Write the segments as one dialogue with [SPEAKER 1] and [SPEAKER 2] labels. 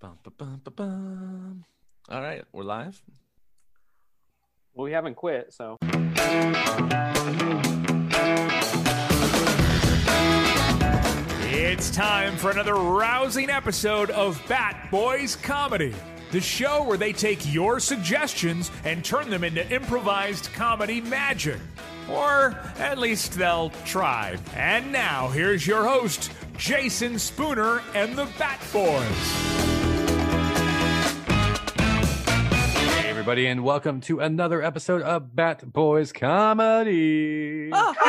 [SPEAKER 1] Bum, ba, bum, ba, bum. All right, we're live.
[SPEAKER 2] Well, we haven't quit, so.
[SPEAKER 3] It's time for another rousing episode of Bat Boys Comedy, the show where they take your suggestions and turn them into improvised comedy magic. Or at least they'll try. And now, here's your host, Jason Spooner and the Bat Boys.
[SPEAKER 1] Hey, everybody, and welcome to another episode of Bat Boys Comedy.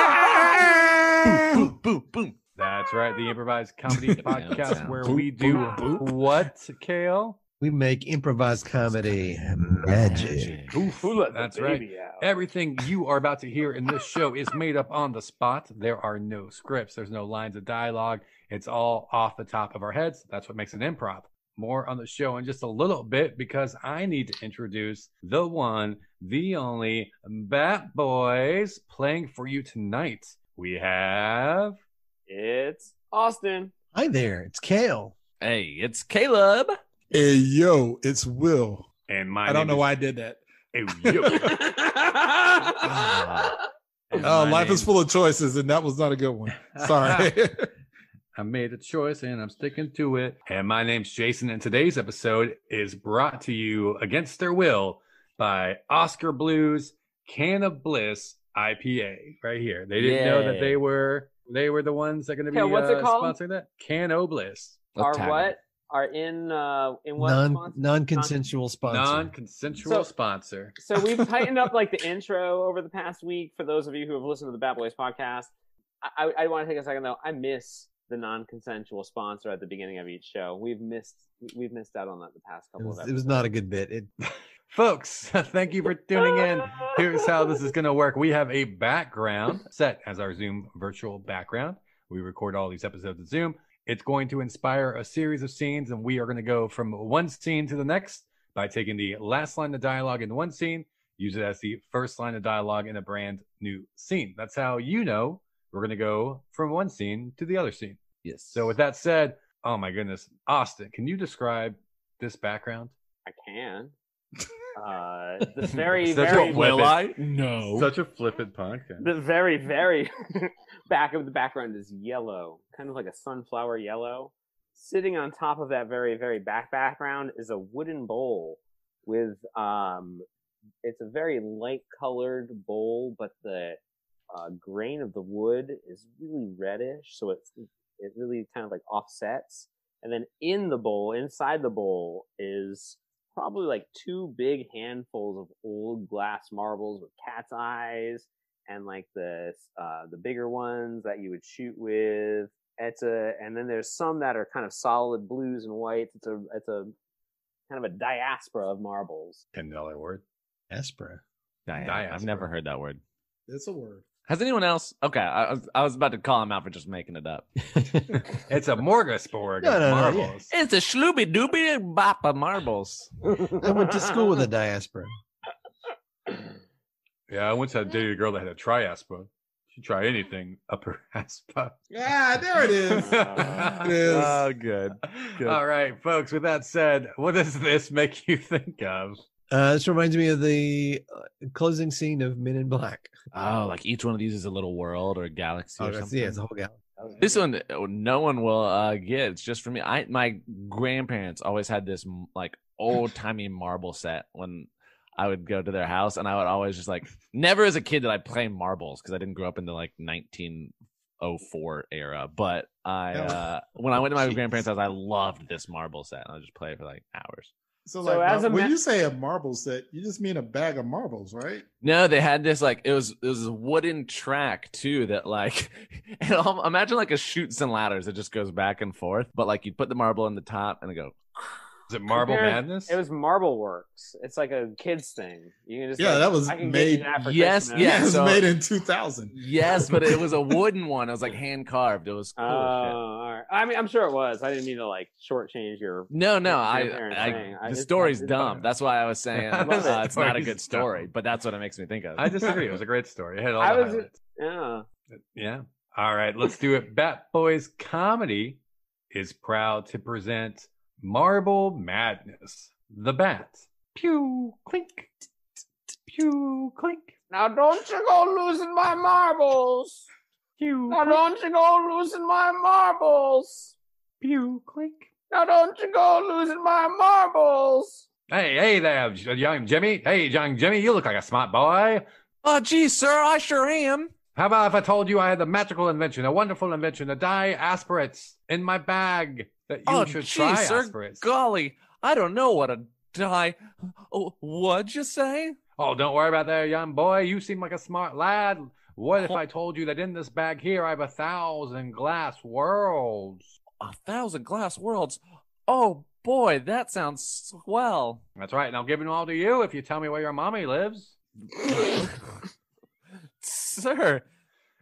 [SPEAKER 1] boom, boom, boom. That's right, the improvised comedy podcast
[SPEAKER 4] sound.
[SPEAKER 1] where
[SPEAKER 4] Boop,
[SPEAKER 1] we do
[SPEAKER 4] boop, boop.
[SPEAKER 1] what, Kale?
[SPEAKER 4] We make improvised comedy magic.
[SPEAKER 2] Who let
[SPEAKER 1] That's
[SPEAKER 2] the
[SPEAKER 1] right.
[SPEAKER 2] baby out?
[SPEAKER 1] Everything you are about to hear in this show is made up on the spot. There are no scripts, there's no lines of dialogue. It's all off the top of our heads. That's what makes an improv. More on the show in just a little bit because I need to introduce the one, the only Bat Boys playing for you tonight. We have
[SPEAKER 2] It's Austin.
[SPEAKER 4] Hi there, it's Kale.
[SPEAKER 1] Hey, it's Caleb.
[SPEAKER 5] Hey yo, it's Will.
[SPEAKER 3] And my
[SPEAKER 5] I don't know why I did that.
[SPEAKER 1] Ah,
[SPEAKER 5] Oh, life is full of choices, and that was not a good one. Sorry.
[SPEAKER 1] I made a choice and I'm sticking to it. And my name's Jason, and today's episode is brought to you against their will by Oscar Blues Can of Bliss IPA right here. They didn't know that
[SPEAKER 6] Yay.
[SPEAKER 1] they were they were the ones that going to be
[SPEAKER 2] Yeah, what's it
[SPEAKER 1] uh,
[SPEAKER 2] called?
[SPEAKER 1] sponsoring that Can O Bliss.
[SPEAKER 2] Are
[SPEAKER 6] Attack.
[SPEAKER 2] what? Are in uh in what
[SPEAKER 4] Non
[SPEAKER 2] sponsor?
[SPEAKER 4] non consensual
[SPEAKER 1] Non
[SPEAKER 4] sponsor.
[SPEAKER 1] consensual
[SPEAKER 2] So-
[SPEAKER 1] sponsor.
[SPEAKER 2] So we've tightened up like the intro over the past week for those of you who have listened to the Bat Boys podcast. I, I, I want to take a second though. I miss the non-consensual sponsor at the beginning of each show. We've missed we've missed out on that the past
[SPEAKER 4] It
[SPEAKER 2] couple
[SPEAKER 4] was,
[SPEAKER 2] of
[SPEAKER 4] it was
[SPEAKER 2] episodes.
[SPEAKER 4] not a good bit. It,
[SPEAKER 1] Folks, thank you for tuning in. Here's how this is going to work. We have a background set as our Zoom virtual background. We record all these episodes of Zoom. It's going to inspire a series of scenes, and we are going to go from one scene to the next by taking the last line of dialogue in one scene, use it as the first line of dialogue in a brand new scene. That's how you know we're going to go from one scene to the other scene.
[SPEAKER 6] Yes.
[SPEAKER 1] So, with that said, oh my goodness, Austin, can you describe this background?
[SPEAKER 2] I can. Uh, the very
[SPEAKER 1] That's
[SPEAKER 2] very
[SPEAKER 1] what Will I?
[SPEAKER 5] no.
[SPEAKER 1] Such a flippant podcast.
[SPEAKER 2] the very very back of the background is yellow kind of like a sunflower yellow sitting on top of that very very back background is a wooden bowl with um it's a very light colored bowl but the uh, grain of the wood is really reddish so it's it really kind of like offsets and then in the bowl inside the bowl is probably like two big handfuls of old glass marbles with cat's eyes and like the uh, the bigger ones that you would shoot with. It's a and then there's some that are kind of solid blues and whites. It's a it's a kind of a diaspora of marbles.
[SPEAKER 1] ten dollar word.
[SPEAKER 4] Aspera.
[SPEAKER 6] Diane.
[SPEAKER 1] Diaspora.
[SPEAKER 6] I've never heard that word.
[SPEAKER 5] It's a word.
[SPEAKER 6] Has anyone else? Okay, I, I was- I was about to call him out for just making it up.
[SPEAKER 1] It's a morgasborg
[SPEAKER 4] No,
[SPEAKER 1] of
[SPEAKER 4] no, no,
[SPEAKER 1] marbles.
[SPEAKER 6] It's a schlooby dooby boppa marbles.
[SPEAKER 4] I went to school with a diaspora.
[SPEAKER 1] yeah. I once had dated a girl that had a triaspa.
[SPEAKER 2] Oh.
[SPEAKER 1] She'd try anything upper aspa.
[SPEAKER 5] Yeah, there it is. It is.
[SPEAKER 6] Oh, good. Good.
[SPEAKER 1] All right, folks. With that said, what does this make you think of?
[SPEAKER 4] Uh, this reminds me of the uh, closing scene of Men in Black.
[SPEAKER 6] Oh, like each one of these is a little world or a galaxy
[SPEAKER 4] Oh,
[SPEAKER 6] or
[SPEAKER 4] that's,
[SPEAKER 6] something.
[SPEAKER 4] yeah, it's a whole gal.
[SPEAKER 6] This one, uh, no one will uh, get. It's just for me. I my grandparents always had this m- like old timey marble set when I would go to their house, and I would always just like never as a kid did I play marbles because I didn't grow up in the like 1904 era. But I
[SPEAKER 5] That was-
[SPEAKER 6] uh, when I went to my
[SPEAKER 4] Jeez.
[SPEAKER 6] grandparents' house, I loved this marble set, and I would just play it for like hours.
[SPEAKER 5] So,
[SPEAKER 2] So
[SPEAKER 5] like, uh,
[SPEAKER 2] as a
[SPEAKER 5] when
[SPEAKER 2] ma-
[SPEAKER 5] you say a marble set, you just mean a bag of marbles, right?
[SPEAKER 6] No, they had this like it was it was a wooden track too that like and I'll- imagine like a shoots and ladders that just goes back and forth, but like you put the marble in the top and it go.
[SPEAKER 1] Is it marble
[SPEAKER 2] Compared-
[SPEAKER 1] madness?
[SPEAKER 2] It was Marble Works. It's like a kids thing. You can just
[SPEAKER 5] Yeah,
[SPEAKER 2] like,
[SPEAKER 5] that was
[SPEAKER 2] I can Get you
[SPEAKER 5] made-
[SPEAKER 2] that for
[SPEAKER 6] Yes,
[SPEAKER 2] Christmas.
[SPEAKER 6] Yeah,
[SPEAKER 5] it was
[SPEAKER 6] so-
[SPEAKER 5] made in 2000.
[SPEAKER 6] Yes, but it was a wooden one. It was like hand carved. It was
[SPEAKER 2] Oh,
[SPEAKER 6] cool. shit.
[SPEAKER 2] all right. I mean, I'm sure it was. I didn't mean to like shortchange your.
[SPEAKER 6] No, no, I,
[SPEAKER 2] Grandparents thing.
[SPEAKER 6] I,
[SPEAKER 2] I
[SPEAKER 6] the
[SPEAKER 2] just-
[SPEAKER 6] story's
[SPEAKER 2] it's
[SPEAKER 6] dumb.
[SPEAKER 2] fine.
[SPEAKER 6] That's why I was saying
[SPEAKER 1] I
[SPEAKER 2] love
[SPEAKER 6] uh,
[SPEAKER 1] it.
[SPEAKER 6] it's not a good
[SPEAKER 1] Story's
[SPEAKER 6] story,
[SPEAKER 1] dumb.
[SPEAKER 6] but that's what it makes me think of.
[SPEAKER 1] I disagree. It was a great story. It had all the
[SPEAKER 2] I was-
[SPEAKER 1] highlights.
[SPEAKER 2] Yeah.
[SPEAKER 1] Yeah. All right, let's do it. Bat Boys Comedy is proud to present Marble Madness. The bat. Pew, clink. Pew, clink.
[SPEAKER 2] Now don't you go losing my marbles.
[SPEAKER 1] Pew,
[SPEAKER 2] Now don't you go losing my marbles.
[SPEAKER 1] pew, clink.
[SPEAKER 2] Now don't you go losing my marbles.
[SPEAKER 1] Hey, hey there, J- young Jimmy. Hey, young Jimmy, you look like a smart boy.
[SPEAKER 6] Oh, geez, sir, I sure am.
[SPEAKER 1] How about if I told you I had a magical invention, a wonderful invention, a dye aspirates in my bag that you
[SPEAKER 6] Oh,
[SPEAKER 1] should
[SPEAKER 6] geez,
[SPEAKER 1] try
[SPEAKER 6] sir.
[SPEAKER 1] aspirates?
[SPEAKER 6] Golly, I don't know what a die. Oh, what'd you say?
[SPEAKER 1] Oh, don't worry about that, young boy. You seem like a smart lad. What
[SPEAKER 6] Oh.
[SPEAKER 1] if I told you that in this bag here I have a thousand glass worlds?
[SPEAKER 6] A thousand glass worlds. Oh boy, that sounds swell.
[SPEAKER 1] That's right, and I'll give them all to you if you tell me where your mommy lives
[SPEAKER 6] sir.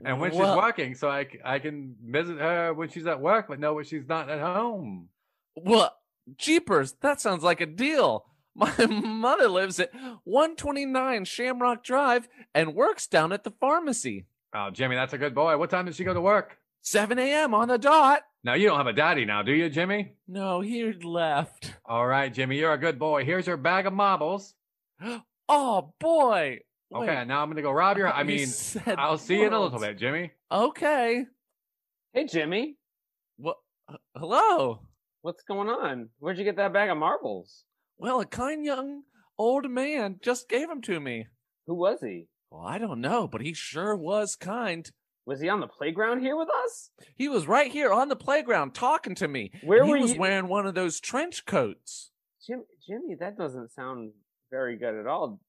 [SPEAKER 1] and when
[SPEAKER 6] Well-
[SPEAKER 1] she's working, so I, c- I can visit her when she's at work, but know when she's not at home.
[SPEAKER 6] Well, jeepers, that sounds like a deal. My mother lives at 129 Shamrock Drive and works down at the pharmacy.
[SPEAKER 1] Oh, Jimmy, that's a good boy. What time does she go to work?
[SPEAKER 6] 7 a.m. on the dot.
[SPEAKER 1] Now you don't have a daddy now, do you, Jimmy?
[SPEAKER 6] No, he left.
[SPEAKER 1] All right, Jimmy, you're a good boy. Here's your bag of marbles.
[SPEAKER 6] Oh boy. Wait,
[SPEAKER 1] Okay, now I'm gonna go rob your. I
[SPEAKER 6] you
[SPEAKER 1] mean,
[SPEAKER 6] said
[SPEAKER 1] I'll see you in a little
[SPEAKER 6] worlds.
[SPEAKER 1] bit, Jimmy.
[SPEAKER 6] Okay.
[SPEAKER 2] Hey Jimmy,
[SPEAKER 6] Well, h- hello.
[SPEAKER 2] what's going on? Where'd you get that bag of marbles?
[SPEAKER 6] Well, a kind young old man just gave him to me.
[SPEAKER 2] Who was he?
[SPEAKER 6] Well, I don't know, but he sure was kind.
[SPEAKER 2] Was he on the playground here with us?
[SPEAKER 6] He was right here on the playground talking to me.
[SPEAKER 2] Where
[SPEAKER 6] he
[SPEAKER 2] were
[SPEAKER 6] was
[SPEAKER 2] you?
[SPEAKER 6] wearing one of those trench coats.
[SPEAKER 2] Jim, Jimmy, that doesn't sound very good at all.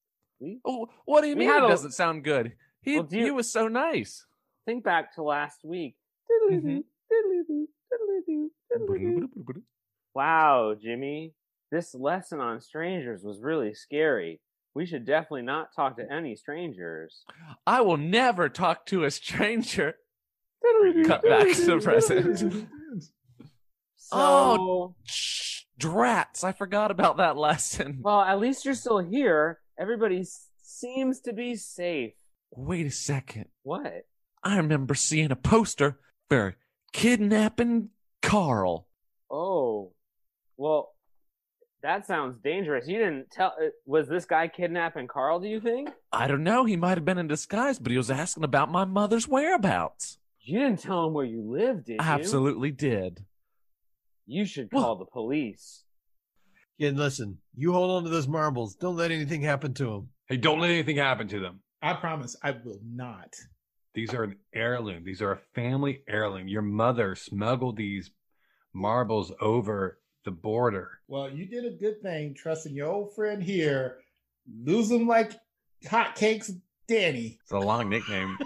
[SPEAKER 2] We
[SPEAKER 6] Oh, what do you
[SPEAKER 2] We
[SPEAKER 6] mean?
[SPEAKER 2] had
[SPEAKER 6] It
[SPEAKER 2] a-
[SPEAKER 6] doesn't sound good. He
[SPEAKER 2] Well, do
[SPEAKER 6] he
[SPEAKER 2] you-
[SPEAKER 6] was so nice.
[SPEAKER 2] think back to last week.
[SPEAKER 6] Mhm.
[SPEAKER 2] Diddly-doo, diddly-doo, diddly-doo. Wow, Jimmy, this lesson on strangers was really scary. We should definitely not talk to any strangers.
[SPEAKER 6] I will never talk to a stranger.
[SPEAKER 2] Diddly-doo,
[SPEAKER 6] Cut back to the
[SPEAKER 2] diddly-doo, diddly-doo.
[SPEAKER 6] present.
[SPEAKER 2] So,
[SPEAKER 6] Shh, Drats! I forgot about that lesson.
[SPEAKER 2] well, at least you're still here. Everybody s- seems to be safe.
[SPEAKER 6] Wait a second.
[SPEAKER 2] What?
[SPEAKER 6] I remember seeing a poster for kidnapping Carl.
[SPEAKER 2] Oh, well, that sounds dangerous. You didn't tell. uh, Was this guy kidnapping Carl? Do you think
[SPEAKER 6] I don't know. He might have been in disguise, but he was asking about my mother's whereabouts.
[SPEAKER 2] you didn't tell him where you lived? Did you?
[SPEAKER 6] Absolutely did.
[SPEAKER 2] You should
[SPEAKER 6] Well-
[SPEAKER 2] call the police.
[SPEAKER 4] Kid, listen, you hold on to those marbles. Don't let anything happen to them.
[SPEAKER 1] Hey, don't let anything happen to them.
[SPEAKER 5] I promise I will not.
[SPEAKER 1] These are an heirloom. These are a family heirloom. Your mother smuggled these marbles over the border.
[SPEAKER 5] Well, you did a good thing trusting your old friend here. Lose him like hotcakes, Danny.
[SPEAKER 1] It's a long nickname.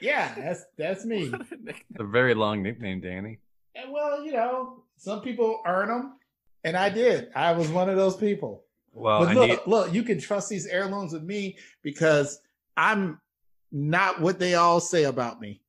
[SPEAKER 5] Yeah, that's that's me.
[SPEAKER 1] it's a very long nickname, Danny.
[SPEAKER 5] And well, you know, some people earn them, and I did. I was one of those people.
[SPEAKER 1] Well,
[SPEAKER 5] but
[SPEAKER 1] Uh, I
[SPEAKER 5] look,
[SPEAKER 1] need.
[SPEAKER 5] look, you can trust these heirlooms with me because I'm not what they all say about me.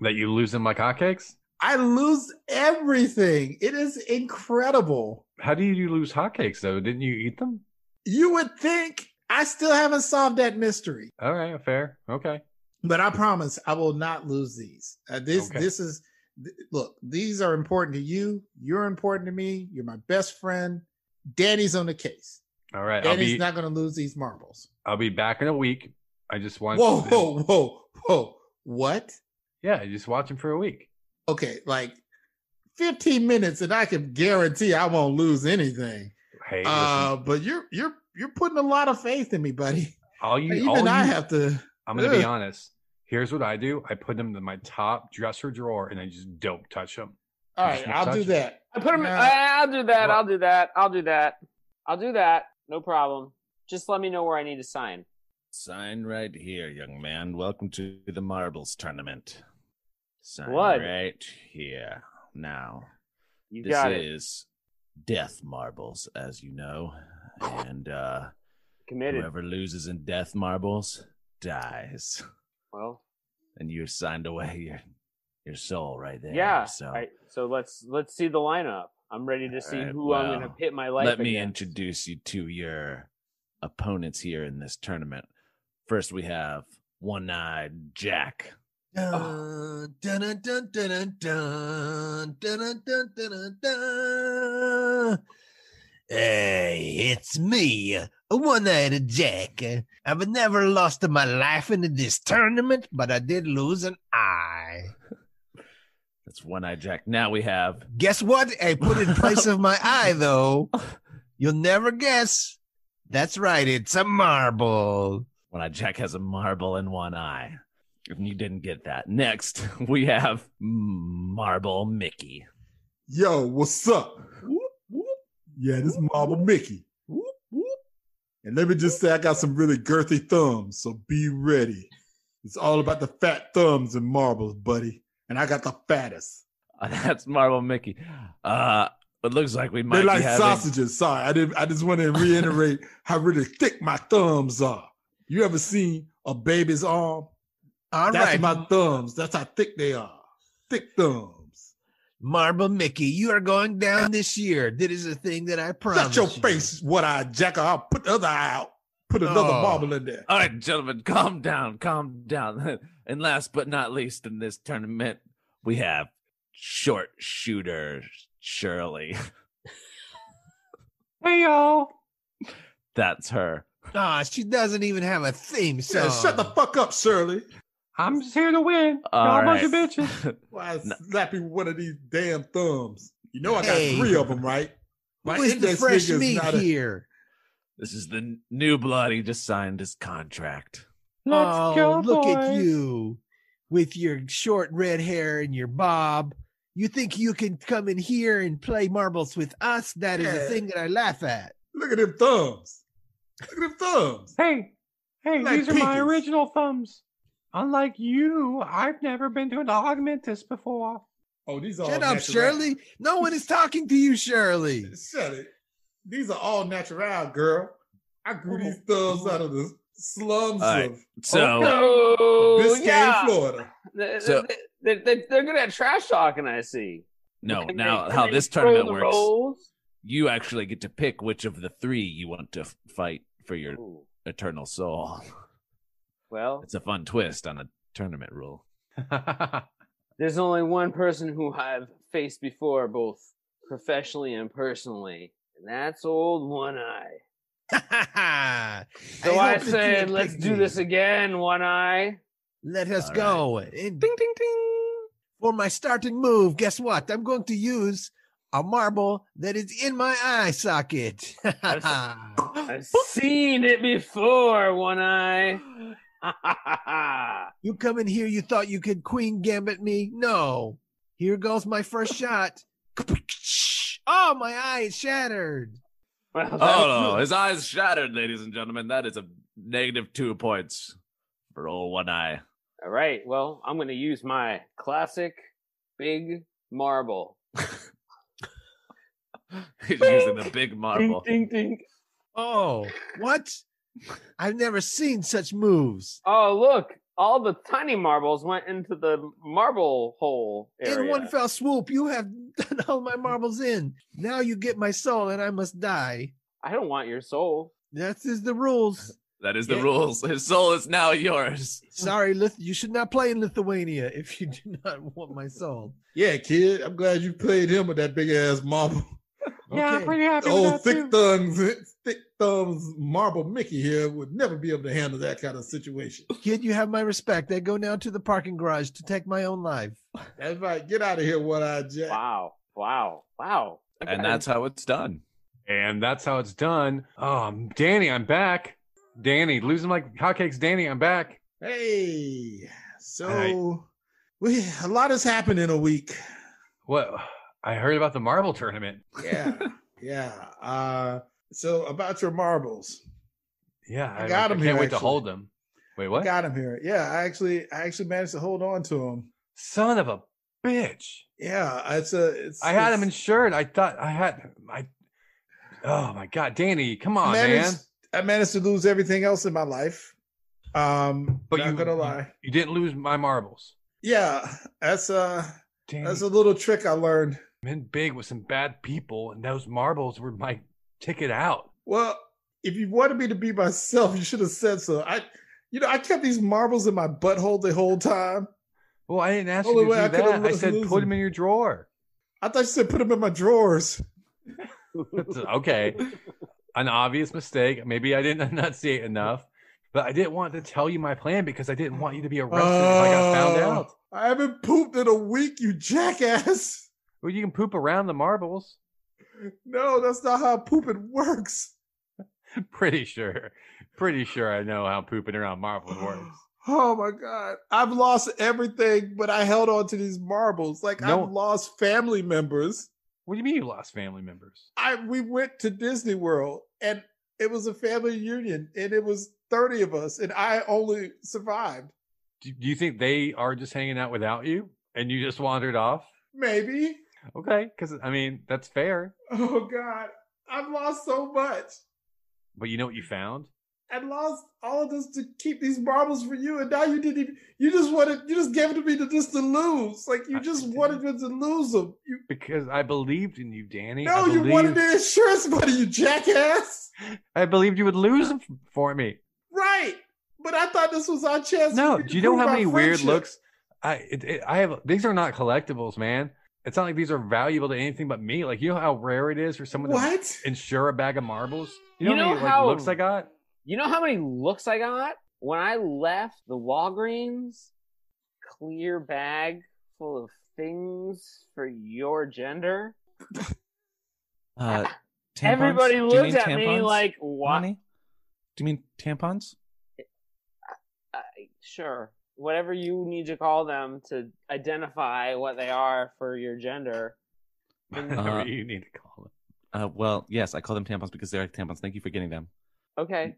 [SPEAKER 1] That you lose them like hotcakes?
[SPEAKER 5] I lose everything. It is incredible.
[SPEAKER 1] How do you lose hotcakes though? Didn't you eat them?
[SPEAKER 5] You would think I still haven't solved that mystery,
[SPEAKER 1] All right, fair. Okay.
[SPEAKER 5] but I promise I will not lose these. Uh, this
[SPEAKER 1] Okay.
[SPEAKER 5] this is th- look. These are important to you. You're important to me. You're my best friend. Danny's on the case.
[SPEAKER 1] All right. I'll
[SPEAKER 5] Danny's
[SPEAKER 1] be
[SPEAKER 5] not going to lose these marbles.
[SPEAKER 1] I'll be back in a week. I just want
[SPEAKER 5] Whoa, whoa, whoa, whoa! What?
[SPEAKER 1] Yeah, I just watch them for a week.
[SPEAKER 5] Okay, like 15 minutes, and I can guarantee I won't lose anything.
[SPEAKER 1] Hey, listen,
[SPEAKER 5] Uh, but you're you're you're putting a lot of faith in me, buddy.
[SPEAKER 1] all you
[SPEAKER 5] Even
[SPEAKER 1] all
[SPEAKER 5] I
[SPEAKER 1] you-
[SPEAKER 5] have to.
[SPEAKER 1] I'm gonna be
[SPEAKER 5] Ugh.
[SPEAKER 1] honest. Here's what I do. I put them in my top dresser drawer and I just don't touch them.
[SPEAKER 5] All right,
[SPEAKER 1] Don't
[SPEAKER 5] I'll do
[SPEAKER 1] touch it.
[SPEAKER 5] that.
[SPEAKER 2] I put uh, him.
[SPEAKER 5] Nah.
[SPEAKER 2] I, will do that.
[SPEAKER 1] Well-
[SPEAKER 2] I'll do that. I'll do that. I'll do that. No problem. Just let me know where I need to sign.
[SPEAKER 6] Sign right here, young man. Welcome to the marbles tournament. Sign
[SPEAKER 2] Blood.
[SPEAKER 6] right here now.
[SPEAKER 2] You
[SPEAKER 6] this
[SPEAKER 2] got it.
[SPEAKER 6] is death marbles, as you know, and uh,
[SPEAKER 2] Committed.
[SPEAKER 6] whoever loses in death marbles dies.
[SPEAKER 2] Well,
[SPEAKER 6] And you signed away your your soul right there.
[SPEAKER 2] yeah.
[SPEAKER 6] So
[SPEAKER 2] All right, so let's let's see the lineup. I'm ready to see
[SPEAKER 6] Alright,
[SPEAKER 2] who I'm going
[SPEAKER 6] well,
[SPEAKER 2] to pit my life.
[SPEAKER 6] let me
[SPEAKER 2] against.
[SPEAKER 6] introduce you to your opponents here in this tournament. First, we have One Eyed Jack.
[SPEAKER 4] Dun, dun, dun, dun, dun, dun, dun, dun, dun, dun, dun, dun. Hey, it's me, One-Eyed Jack. I've never lost my life in this tournament, but I did lose an eye.
[SPEAKER 6] That's one eye Jack. Now we have
[SPEAKER 4] Guess what? I put in place of my eye, though. You'll never guess. That's right. It's a marble.
[SPEAKER 6] one eye Jack has a marble in one eye. If you didn't get that, next we have Marble Mickey.
[SPEAKER 5] Yo, what's up? Whoop, whoop. Yeah, this Marble Mickey. Whoop, whoop. And let me just say, I got some really girthy thumbs, so be ready. It's all about the fat thumbs and marbles, buddy. And I got the fattest.
[SPEAKER 6] Uh, That's Marble Mickey. Uh, it looks like we might
[SPEAKER 5] They're
[SPEAKER 6] be
[SPEAKER 5] like
[SPEAKER 6] having-
[SPEAKER 5] sausages. Sorry, I didn't. I just want to reiterate how really thick my thumbs are. You ever seen a baby's arm?
[SPEAKER 4] All right,
[SPEAKER 5] That's my thumbs. That's how thick they are. Thick thumbs.
[SPEAKER 4] Marble Mickey, you are going down this year. That is a thing that I promised.
[SPEAKER 5] Uh, Shut your
[SPEAKER 4] you.
[SPEAKER 5] face, what eye jacker. I'll put the other eye out. Put another
[SPEAKER 4] Oh.
[SPEAKER 5] marble in there.
[SPEAKER 6] All right, gentlemen, calm down, calm down. And last but not least in this tournament, we have short shooter Shirley.
[SPEAKER 1] Hey y'all.
[SPEAKER 6] That's her.
[SPEAKER 4] Ah, she doesn't even have a theme song.
[SPEAKER 5] Yeah, shut the fuck up, Shirley.
[SPEAKER 1] I'm just here to win.
[SPEAKER 6] All
[SPEAKER 1] y'all a
[SPEAKER 6] right.
[SPEAKER 1] bunch of bitches.
[SPEAKER 5] Why
[SPEAKER 6] No.
[SPEAKER 5] slap you with one of these damn thumbs? You know I got
[SPEAKER 4] Hey.
[SPEAKER 5] three of them, right? My
[SPEAKER 4] Who is the
[SPEAKER 5] index
[SPEAKER 4] fresh
[SPEAKER 5] finger's
[SPEAKER 4] meat
[SPEAKER 5] not a-
[SPEAKER 4] here?
[SPEAKER 6] This is the new blood. He just signed his contract.
[SPEAKER 1] Let's
[SPEAKER 4] oh,
[SPEAKER 1] go,
[SPEAKER 4] look at
[SPEAKER 1] boys.
[SPEAKER 4] you with your short red hair and your bob. You think you can come in here and play marbles with us? That is
[SPEAKER 5] Yeah.
[SPEAKER 4] a thing that I laugh at.
[SPEAKER 5] Look at them thumbs. Look at them thumbs.
[SPEAKER 1] Hey, hey,
[SPEAKER 5] Like
[SPEAKER 1] these are my
[SPEAKER 5] peaches.
[SPEAKER 1] original thumbs. Unlike you, I've never been to an augmentist before.
[SPEAKER 5] Oh, these are
[SPEAKER 4] Shut
[SPEAKER 5] all
[SPEAKER 4] up,
[SPEAKER 5] natural.
[SPEAKER 4] Shirley. No one is talking to you, Shirley.
[SPEAKER 5] Shut it. These are all natural, girl. I grew these thumbs out of the slums
[SPEAKER 6] All right.
[SPEAKER 5] of
[SPEAKER 6] So
[SPEAKER 1] Oh,
[SPEAKER 5] Biscayne,
[SPEAKER 2] Oh, yeah.
[SPEAKER 5] Florida.
[SPEAKER 2] They-
[SPEAKER 6] So-
[SPEAKER 2] they, they, they're good at trash talking, I see.
[SPEAKER 6] no,
[SPEAKER 2] Can
[SPEAKER 6] Oh, now
[SPEAKER 2] they-
[SPEAKER 6] how
[SPEAKER 2] can
[SPEAKER 6] this
[SPEAKER 2] they throw
[SPEAKER 6] tournament
[SPEAKER 2] the
[SPEAKER 6] works,
[SPEAKER 2] rolls?
[SPEAKER 6] you actually get to pick which of the three you want to f- fight for your
[SPEAKER 2] Ooh.
[SPEAKER 6] eternal soul.
[SPEAKER 2] Well,
[SPEAKER 6] It's a fun twist on a tournament rule.
[SPEAKER 2] there's only one person who I've faced before, both professionally and personally, and that's old One Eye. So I,
[SPEAKER 4] hope that you
[SPEAKER 2] said,
[SPEAKER 4] would
[SPEAKER 2] let's
[SPEAKER 4] pick
[SPEAKER 2] do
[SPEAKER 4] me.
[SPEAKER 2] this again, One Eye.
[SPEAKER 4] Let us
[SPEAKER 6] All right.
[SPEAKER 4] go. And ding, ding, ding. For my starting move, guess what? I'm going to use a marble that is in my eye socket.
[SPEAKER 2] I've seen it before, One Eye.
[SPEAKER 4] you come in here, you thought you could queen gambit me? No. Here goes my first shot. Oh, my eye is shattered.
[SPEAKER 2] well,
[SPEAKER 4] Uh,
[SPEAKER 2] that's-
[SPEAKER 6] Oh no, his eyes shattered, ladies and gentlemen. That is a negative two points for old one eye.
[SPEAKER 2] All right. Well, I'm going to use my classic big marble.
[SPEAKER 6] He's using the big marble.
[SPEAKER 2] Ding, ding, ding.
[SPEAKER 4] Oh, what? I've never seen such moves.
[SPEAKER 2] Oh, look. All the tiny marbles went into the marble hole area.
[SPEAKER 4] In one fell swoop, you have done all my marbles in. Now you get my soul and I must die.
[SPEAKER 2] I don't want your soul.
[SPEAKER 4] That is the rules.
[SPEAKER 6] That is the
[SPEAKER 4] Yeah.
[SPEAKER 6] rules. His soul is now yours.
[SPEAKER 4] Sorry, Lith- you should not play in Lithuania if you do not want my soul.
[SPEAKER 5] Yeah, kid. I'm glad you played him with that big ass marble.
[SPEAKER 1] Yeah, I'm
[SPEAKER 4] Okay.
[SPEAKER 1] pretty happy
[SPEAKER 5] Oh,
[SPEAKER 1] with that
[SPEAKER 5] thick
[SPEAKER 1] too.
[SPEAKER 5] thumbs, thick thumbs, marble Mickey here would never be able to handle that kind of situation.
[SPEAKER 4] Kid, you have my respect. I go now to the parking garage to take my own life.
[SPEAKER 5] That's right. Get out of here, one eyed Jack.
[SPEAKER 2] Wow. Wow. Wow.
[SPEAKER 6] And that's how it's done.
[SPEAKER 1] and that's how it's done. Um, Danny, I'm back. Danny, losing like hotcakes. Danny, I'm back.
[SPEAKER 5] Hey, so
[SPEAKER 1] Alright.
[SPEAKER 5] we a lot has happened in a week.
[SPEAKER 1] What? I heard about the marble tournament.
[SPEAKER 5] Yeah, yeah. Uh, so about your marbles,
[SPEAKER 1] Yeah,
[SPEAKER 5] I got 'em
[SPEAKER 1] can't
[SPEAKER 5] here,
[SPEAKER 1] wait to
[SPEAKER 5] actually.
[SPEAKER 1] hold them. Wait,
[SPEAKER 5] I
[SPEAKER 1] what?
[SPEAKER 5] got him here. Yeah, I actually, I actually managed to hold on to him.
[SPEAKER 1] Son of a bitch!
[SPEAKER 5] Yeah, it's a. It's,
[SPEAKER 1] I had him
[SPEAKER 5] it's-
[SPEAKER 1] insured. I thought I had. I. Oh my god, Danny, come
[SPEAKER 5] I
[SPEAKER 1] on, man!
[SPEAKER 5] managed, I managed to lose everything else in my life. Um,
[SPEAKER 1] But
[SPEAKER 5] but not
[SPEAKER 1] you-
[SPEAKER 5] gonna lie.
[SPEAKER 1] You didn't lose my marbles.
[SPEAKER 5] Yeah, that's uh
[SPEAKER 1] Danny,
[SPEAKER 5] that's a little trick I learned.
[SPEAKER 1] I'm in big with some bad people, and those marbles were my ticket out.
[SPEAKER 5] Well, if you wanted me to be myself, you should have said so. I, you know, I kept these marbles in my butthole the whole time.
[SPEAKER 1] Well, I didn't ask
[SPEAKER 5] Only
[SPEAKER 1] you to
[SPEAKER 5] way
[SPEAKER 1] do
[SPEAKER 5] I could've
[SPEAKER 1] that. I
[SPEAKER 5] lo-
[SPEAKER 1] said
[SPEAKER 5] lose
[SPEAKER 1] put
[SPEAKER 5] them.
[SPEAKER 1] them in your drawer.
[SPEAKER 5] I thought you said put them in my drawers.
[SPEAKER 1] That's- okay. An obvious mistake. Maybe I didn't enunciate enough, but I didn't want to tell you my plan because I didn't want you to be arrested if I got found
[SPEAKER 5] Oh,
[SPEAKER 1] out.
[SPEAKER 5] I haven't pooped in a week, you jackass.
[SPEAKER 1] Well, you can poop around the marbles.
[SPEAKER 5] No, that's not how pooping works.
[SPEAKER 1] Pretty sure. Pretty sure I know how pooping around marbles works.
[SPEAKER 5] Oh my god. I've lost everything, but I held on to these marbles. Like
[SPEAKER 1] No.
[SPEAKER 5] I've lost family members.
[SPEAKER 1] What do you mean you lost family members?
[SPEAKER 5] I we went to Disney World and it was a family reunion and it was 30 of us and I only survived.
[SPEAKER 1] Do, do you think they are just hanging out without you and you just wandered off?
[SPEAKER 5] Maybe.
[SPEAKER 1] Okay, because I mean that's fair.
[SPEAKER 5] Oh god. I've lost so much.
[SPEAKER 1] But you know what you found?
[SPEAKER 5] I lost all this to keep these marbles for you, and now you didn't even you just wanted you just gave it to me to just to lose. Like you
[SPEAKER 1] I- I
[SPEAKER 5] just
[SPEAKER 1] didn't.
[SPEAKER 5] wanted me to lose them. You
[SPEAKER 1] Because I believed in you, Danny. I
[SPEAKER 5] No, you wanted
[SPEAKER 1] believed-
[SPEAKER 5] the insurance money, you jackass.
[SPEAKER 1] I believed you would lose them f- for me.
[SPEAKER 5] Right. But I thought this was our chance.
[SPEAKER 1] No,
[SPEAKER 5] for me to
[SPEAKER 1] do you know
[SPEAKER 5] prove
[SPEAKER 1] how
[SPEAKER 5] our
[SPEAKER 1] many weird
[SPEAKER 5] friendship.
[SPEAKER 1] looks? I it, it, I have these are not collectibles, man. It's not like these are valuable to anything but me. Like you know how rare it is for someone to
[SPEAKER 5] What?
[SPEAKER 1] insure a bag of marbles. You know,
[SPEAKER 2] You
[SPEAKER 1] how
[SPEAKER 2] know
[SPEAKER 1] many like,
[SPEAKER 2] how-
[SPEAKER 1] looks I got.
[SPEAKER 2] You know how many looks I got when I left the Walgreens? Clear bag full of things for your gender.
[SPEAKER 6] Uh, tampons? Do
[SPEAKER 2] Everybody
[SPEAKER 6] you
[SPEAKER 2] looked
[SPEAKER 6] mean
[SPEAKER 2] at me
[SPEAKER 6] tampons,
[SPEAKER 2] like, "What?"
[SPEAKER 6] honey? Do you mean tampons?
[SPEAKER 2] Sure, whatever you need to call them to identify what they are for your gender.
[SPEAKER 1] Whatever you need to call it.
[SPEAKER 6] Uh, well, yes, I call them tampons because they're like tampons. Thank you for getting them.
[SPEAKER 2] Okay,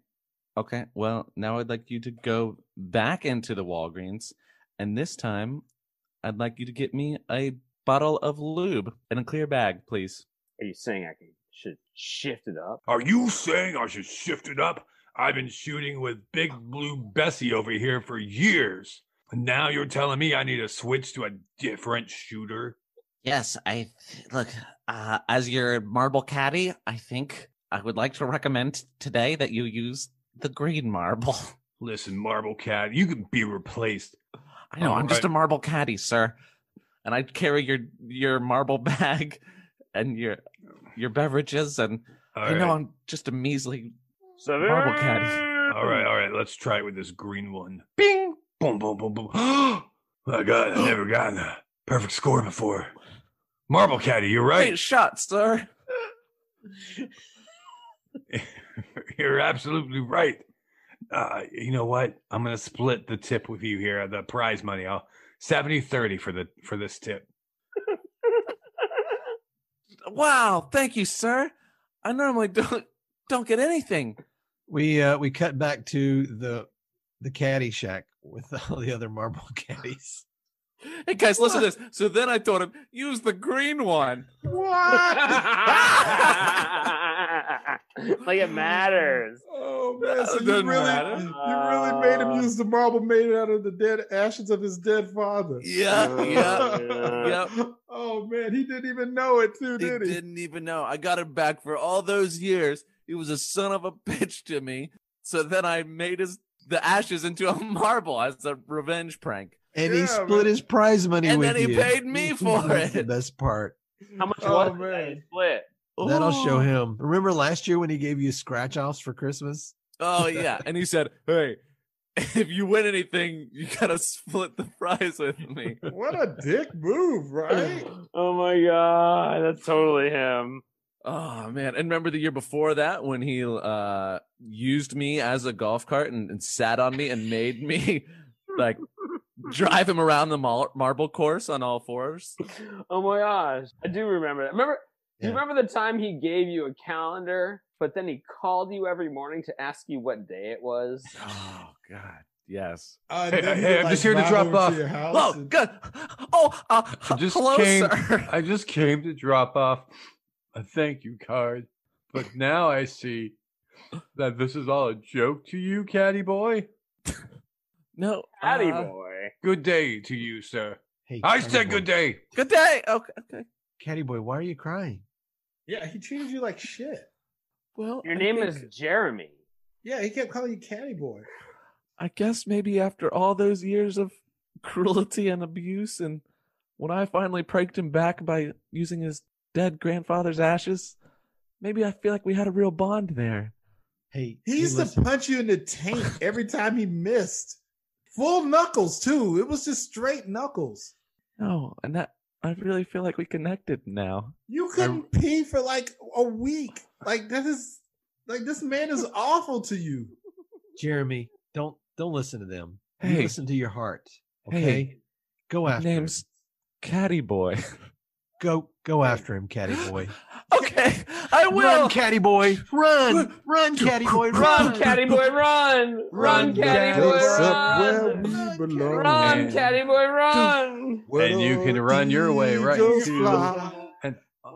[SPEAKER 6] Okay, well, now I'd like you to go back into the Walgreens, and this time I'd like you to get me a bottle of lube in a clear bag, please.
[SPEAKER 2] are you saying I can should shift it up?
[SPEAKER 1] Are you saying I should shift it up? I've been shooting with Big Blue Bessie over here for years. And now you're telling me I need to switch to a different shooter?
[SPEAKER 6] Yes, I look, uh, as your marble caddy, I think I would like to recommend today that you use the green marble.
[SPEAKER 1] Listen, Marble Cat, you can be replaced.
[SPEAKER 6] I know, I'm just a
[SPEAKER 1] Alright.
[SPEAKER 6] marble caddy, sir. And I carry your your marble bag and your your beverages and
[SPEAKER 1] All
[SPEAKER 6] I know
[SPEAKER 1] right.
[SPEAKER 6] I'm just a measly marble caddy.
[SPEAKER 1] All right, all right, let's try it with this green one. Bing! Boom, boom, boom, boom. My God, I've never gotten a perfect score before. Marble Caddy, you're right.
[SPEAKER 6] Great shot, sir.
[SPEAKER 1] You're absolutely right. Uh, you know what? I'm gonna split the tip with you here, the prize money. I'll 70-30 for the for this tip.
[SPEAKER 6] Wow, thank you, sir. I normally don't don't get anything.
[SPEAKER 4] We uh we cut back to the the caddy shack with all the other marble caddies.
[SPEAKER 6] Hey guys, listen to this. So then I told him, use the green one.
[SPEAKER 5] What?
[SPEAKER 2] like it matters.
[SPEAKER 5] Oh man, so
[SPEAKER 6] That
[SPEAKER 5] you
[SPEAKER 6] doesn't
[SPEAKER 5] really,
[SPEAKER 6] matter.
[SPEAKER 5] you really made him
[SPEAKER 2] Uh,
[SPEAKER 5] use the marble made out of the dead ashes of his dead father.
[SPEAKER 6] Yeah, yeah.
[SPEAKER 2] yeah.
[SPEAKER 5] Oh man, he didn't even know it too,
[SPEAKER 6] He
[SPEAKER 5] did he?
[SPEAKER 6] didn't even know. I got him back for all those years. He was a son of a bitch to me. So then I made his the ashes into a marble as a revenge prank.
[SPEAKER 4] And
[SPEAKER 5] Yeah,
[SPEAKER 4] he split
[SPEAKER 5] man.
[SPEAKER 4] his prize money
[SPEAKER 6] And
[SPEAKER 4] with
[SPEAKER 6] then he
[SPEAKER 4] you.
[SPEAKER 6] paid me for
[SPEAKER 4] That's The
[SPEAKER 6] it.
[SPEAKER 4] best part.
[SPEAKER 2] How much
[SPEAKER 5] Oh,
[SPEAKER 2] was it
[SPEAKER 5] man.
[SPEAKER 2] that you split?
[SPEAKER 4] That'll show
[SPEAKER 5] Oh.
[SPEAKER 6] Ooh.
[SPEAKER 4] him. Remember last year when he gave you scratch offs for Christmas?
[SPEAKER 6] Oh yeah, and he said, "Hey, if you win anything, you gotta split the prize with me."
[SPEAKER 5] What a dick move, right?
[SPEAKER 2] Oh my god, that's totally him.
[SPEAKER 6] Oh man! And remember the year before that when he uh used me as a golf cart and, and sat on me and made me like drive him around the mar- marble course on all fours.
[SPEAKER 2] Oh my gosh, I do remember that. Remember, you
[SPEAKER 4] Yeah.
[SPEAKER 2] remember the time he gave you a calendar, but then he called you every morning to ask you what day it was.
[SPEAKER 6] Oh god, yes.
[SPEAKER 5] Uh,
[SPEAKER 1] Hey,
[SPEAKER 5] then he
[SPEAKER 1] hey,
[SPEAKER 5] would,
[SPEAKER 1] I'm just here to
[SPEAKER 5] drive
[SPEAKER 1] drop
[SPEAKER 5] over
[SPEAKER 1] off.
[SPEAKER 5] your house
[SPEAKER 6] Oh
[SPEAKER 5] and-
[SPEAKER 6] good. Oh, uh,
[SPEAKER 1] I just
[SPEAKER 6] hello,
[SPEAKER 1] came-
[SPEAKER 6] sir.
[SPEAKER 1] I just came to drop off a thank you card, but now I see that this is all a joke to you, Caddy boy.
[SPEAKER 6] No,
[SPEAKER 2] Howdy,
[SPEAKER 6] uh,
[SPEAKER 2] boy.
[SPEAKER 1] Good day to you, sir.
[SPEAKER 4] Hey,
[SPEAKER 1] I
[SPEAKER 4] Caddy
[SPEAKER 1] said
[SPEAKER 4] boy.
[SPEAKER 1] good day.
[SPEAKER 6] Good day. Okay, okay.
[SPEAKER 4] Caddy boy, why are you crying?
[SPEAKER 5] Yeah, he treated you like shit.
[SPEAKER 6] Well,
[SPEAKER 2] Your
[SPEAKER 6] I
[SPEAKER 2] name
[SPEAKER 6] think-
[SPEAKER 2] is Jeremy.
[SPEAKER 5] Yeah, he kept calling you Caddy Boy.
[SPEAKER 6] I guess maybe after all those years of cruelty and abuse. And when I finally pranked him back by using his dead grandfather's ashes, maybe I feel like we had a real bond there.
[SPEAKER 7] Hey,
[SPEAKER 5] He
[SPEAKER 7] hey,
[SPEAKER 5] used to
[SPEAKER 7] listen.
[SPEAKER 5] punch you in the taint every time he missed. Full knuckles too. It was just straight knuckles.
[SPEAKER 6] No, and that I really feel like we connected now.
[SPEAKER 5] You couldn't pee for like a week. Like this is like this man is awful to you.
[SPEAKER 7] Jeremy, don't don't listen to them. You
[SPEAKER 6] Hey.
[SPEAKER 7] listen to your heart. Okay,
[SPEAKER 6] Hey.
[SPEAKER 7] go after
[SPEAKER 6] Name's
[SPEAKER 7] him.
[SPEAKER 6] Caddy Boy.
[SPEAKER 7] Go go after him, Caddy boy.
[SPEAKER 6] okay, I will.
[SPEAKER 7] Run, Caddy boy. Run, run, Caddy boy.
[SPEAKER 2] Run,
[SPEAKER 7] Run,
[SPEAKER 2] Caddy Boy, run! Run,
[SPEAKER 1] Run,
[SPEAKER 2] Caddy
[SPEAKER 1] Caddy
[SPEAKER 2] Boy,
[SPEAKER 1] Boy,
[SPEAKER 2] run! Run,
[SPEAKER 1] Man.
[SPEAKER 2] Caddy Boy, run!
[SPEAKER 1] And you can run your way right
[SPEAKER 5] Eagles
[SPEAKER 1] to-
[SPEAKER 5] fly.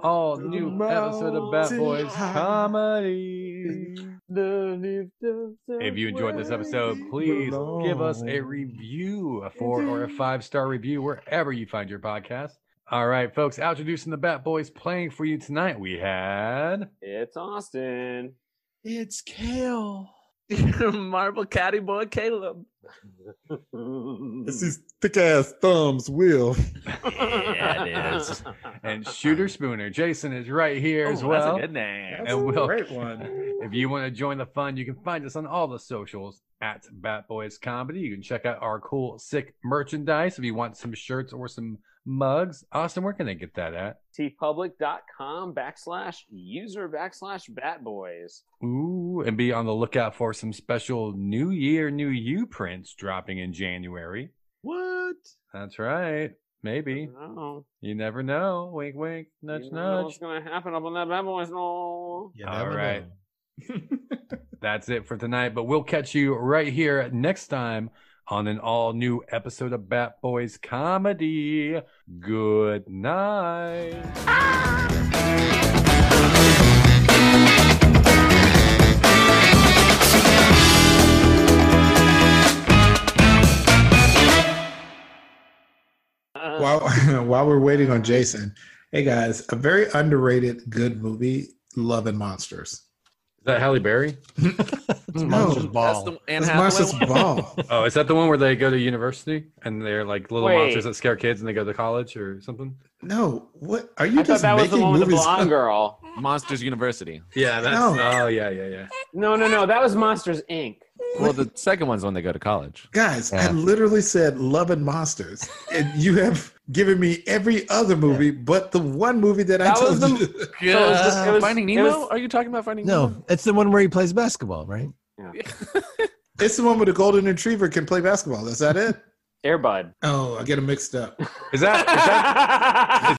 [SPEAKER 1] All new episode of Bat Boys Comedy. If you enjoyed this episode, please give us a review, a four or a five star review, wherever you find your podcast. All right, folks, introducing the Bat Boys playing for you tonight. We had
[SPEAKER 2] It's Austin.
[SPEAKER 7] It's Kale.
[SPEAKER 6] Marble Caddy Boy Caleb.
[SPEAKER 5] It's these thick ass thumbs, Will.
[SPEAKER 6] Yeah, it is.
[SPEAKER 1] and Shooter Spooner. Jason is right here as
[SPEAKER 6] Ooh, Oh,
[SPEAKER 1] well.
[SPEAKER 6] That's a good name.
[SPEAKER 1] And we'll-
[SPEAKER 5] great one.
[SPEAKER 1] If you want to join the fun, you can find us on all the socials at Bat Boys Comedy. You can check out our cool, sick merchandise if you want some shirts or some mugs. Austin, where can they get that at?
[SPEAKER 2] tpublic.com backslash user backslash batboys.
[SPEAKER 1] Ooh, and be on the lookout for some special New Year, New You prints dropping in January.
[SPEAKER 7] What?
[SPEAKER 1] That's right. Maybe.
[SPEAKER 2] Oh,
[SPEAKER 1] You never know. Wink, wink, nudge,
[SPEAKER 2] you know
[SPEAKER 1] nudge.
[SPEAKER 2] what's gonna happen up on that bad boys mall?
[SPEAKER 7] You
[SPEAKER 1] All
[SPEAKER 7] never
[SPEAKER 1] right.
[SPEAKER 7] know.
[SPEAKER 1] That's it for tonight, but we'll catch you right here next time on an all new episode of Bat Boys Comedy. Good night.
[SPEAKER 2] Uh,
[SPEAKER 5] While while we're waiting on Jason, hey guys, a very underrated good movie, Love and Monsters.
[SPEAKER 1] Is that Halle Berry?
[SPEAKER 7] It's
[SPEAKER 2] Mm-hmm.
[SPEAKER 5] No.
[SPEAKER 7] Monster's
[SPEAKER 2] Oh,
[SPEAKER 5] That's
[SPEAKER 7] Ball.
[SPEAKER 6] That's the Anne
[SPEAKER 5] That's
[SPEAKER 6] Hathaway
[SPEAKER 5] Monsters
[SPEAKER 6] one?
[SPEAKER 5] Ball.
[SPEAKER 1] Oh, is that the one where they go to university and they're like little
[SPEAKER 2] Wait.
[SPEAKER 1] monsters that scare kids and they go to college or something?
[SPEAKER 5] No, what are you
[SPEAKER 2] I thought
[SPEAKER 5] just
[SPEAKER 2] that was the
[SPEAKER 5] making
[SPEAKER 2] one with the
[SPEAKER 5] movies?
[SPEAKER 2] blonde girl.
[SPEAKER 6] Monsters University.
[SPEAKER 1] Yeah, that's.
[SPEAKER 5] No.
[SPEAKER 1] Oh, yeah, yeah, yeah.
[SPEAKER 2] No, no, no, that was Monsters Inc.
[SPEAKER 6] Well, the second one's when they go to college.
[SPEAKER 5] Guys, I
[SPEAKER 6] Yeah.
[SPEAKER 5] literally said Love and Monsters, and you have given me every other movie but the one movie that, I
[SPEAKER 2] That
[SPEAKER 5] told
[SPEAKER 2] was the-
[SPEAKER 5] you.
[SPEAKER 2] So it was just- it was-
[SPEAKER 6] Finding
[SPEAKER 2] it
[SPEAKER 6] Nemo?
[SPEAKER 2] was-
[SPEAKER 6] Are you talking about Finding Nemo?
[SPEAKER 7] No, it's the one where he plays basketball, right?
[SPEAKER 5] It's the one where the golden retriever can play basketball. Is that it?
[SPEAKER 2] Airbud.
[SPEAKER 5] Oh, I get them mixed up.
[SPEAKER 1] Is that, is that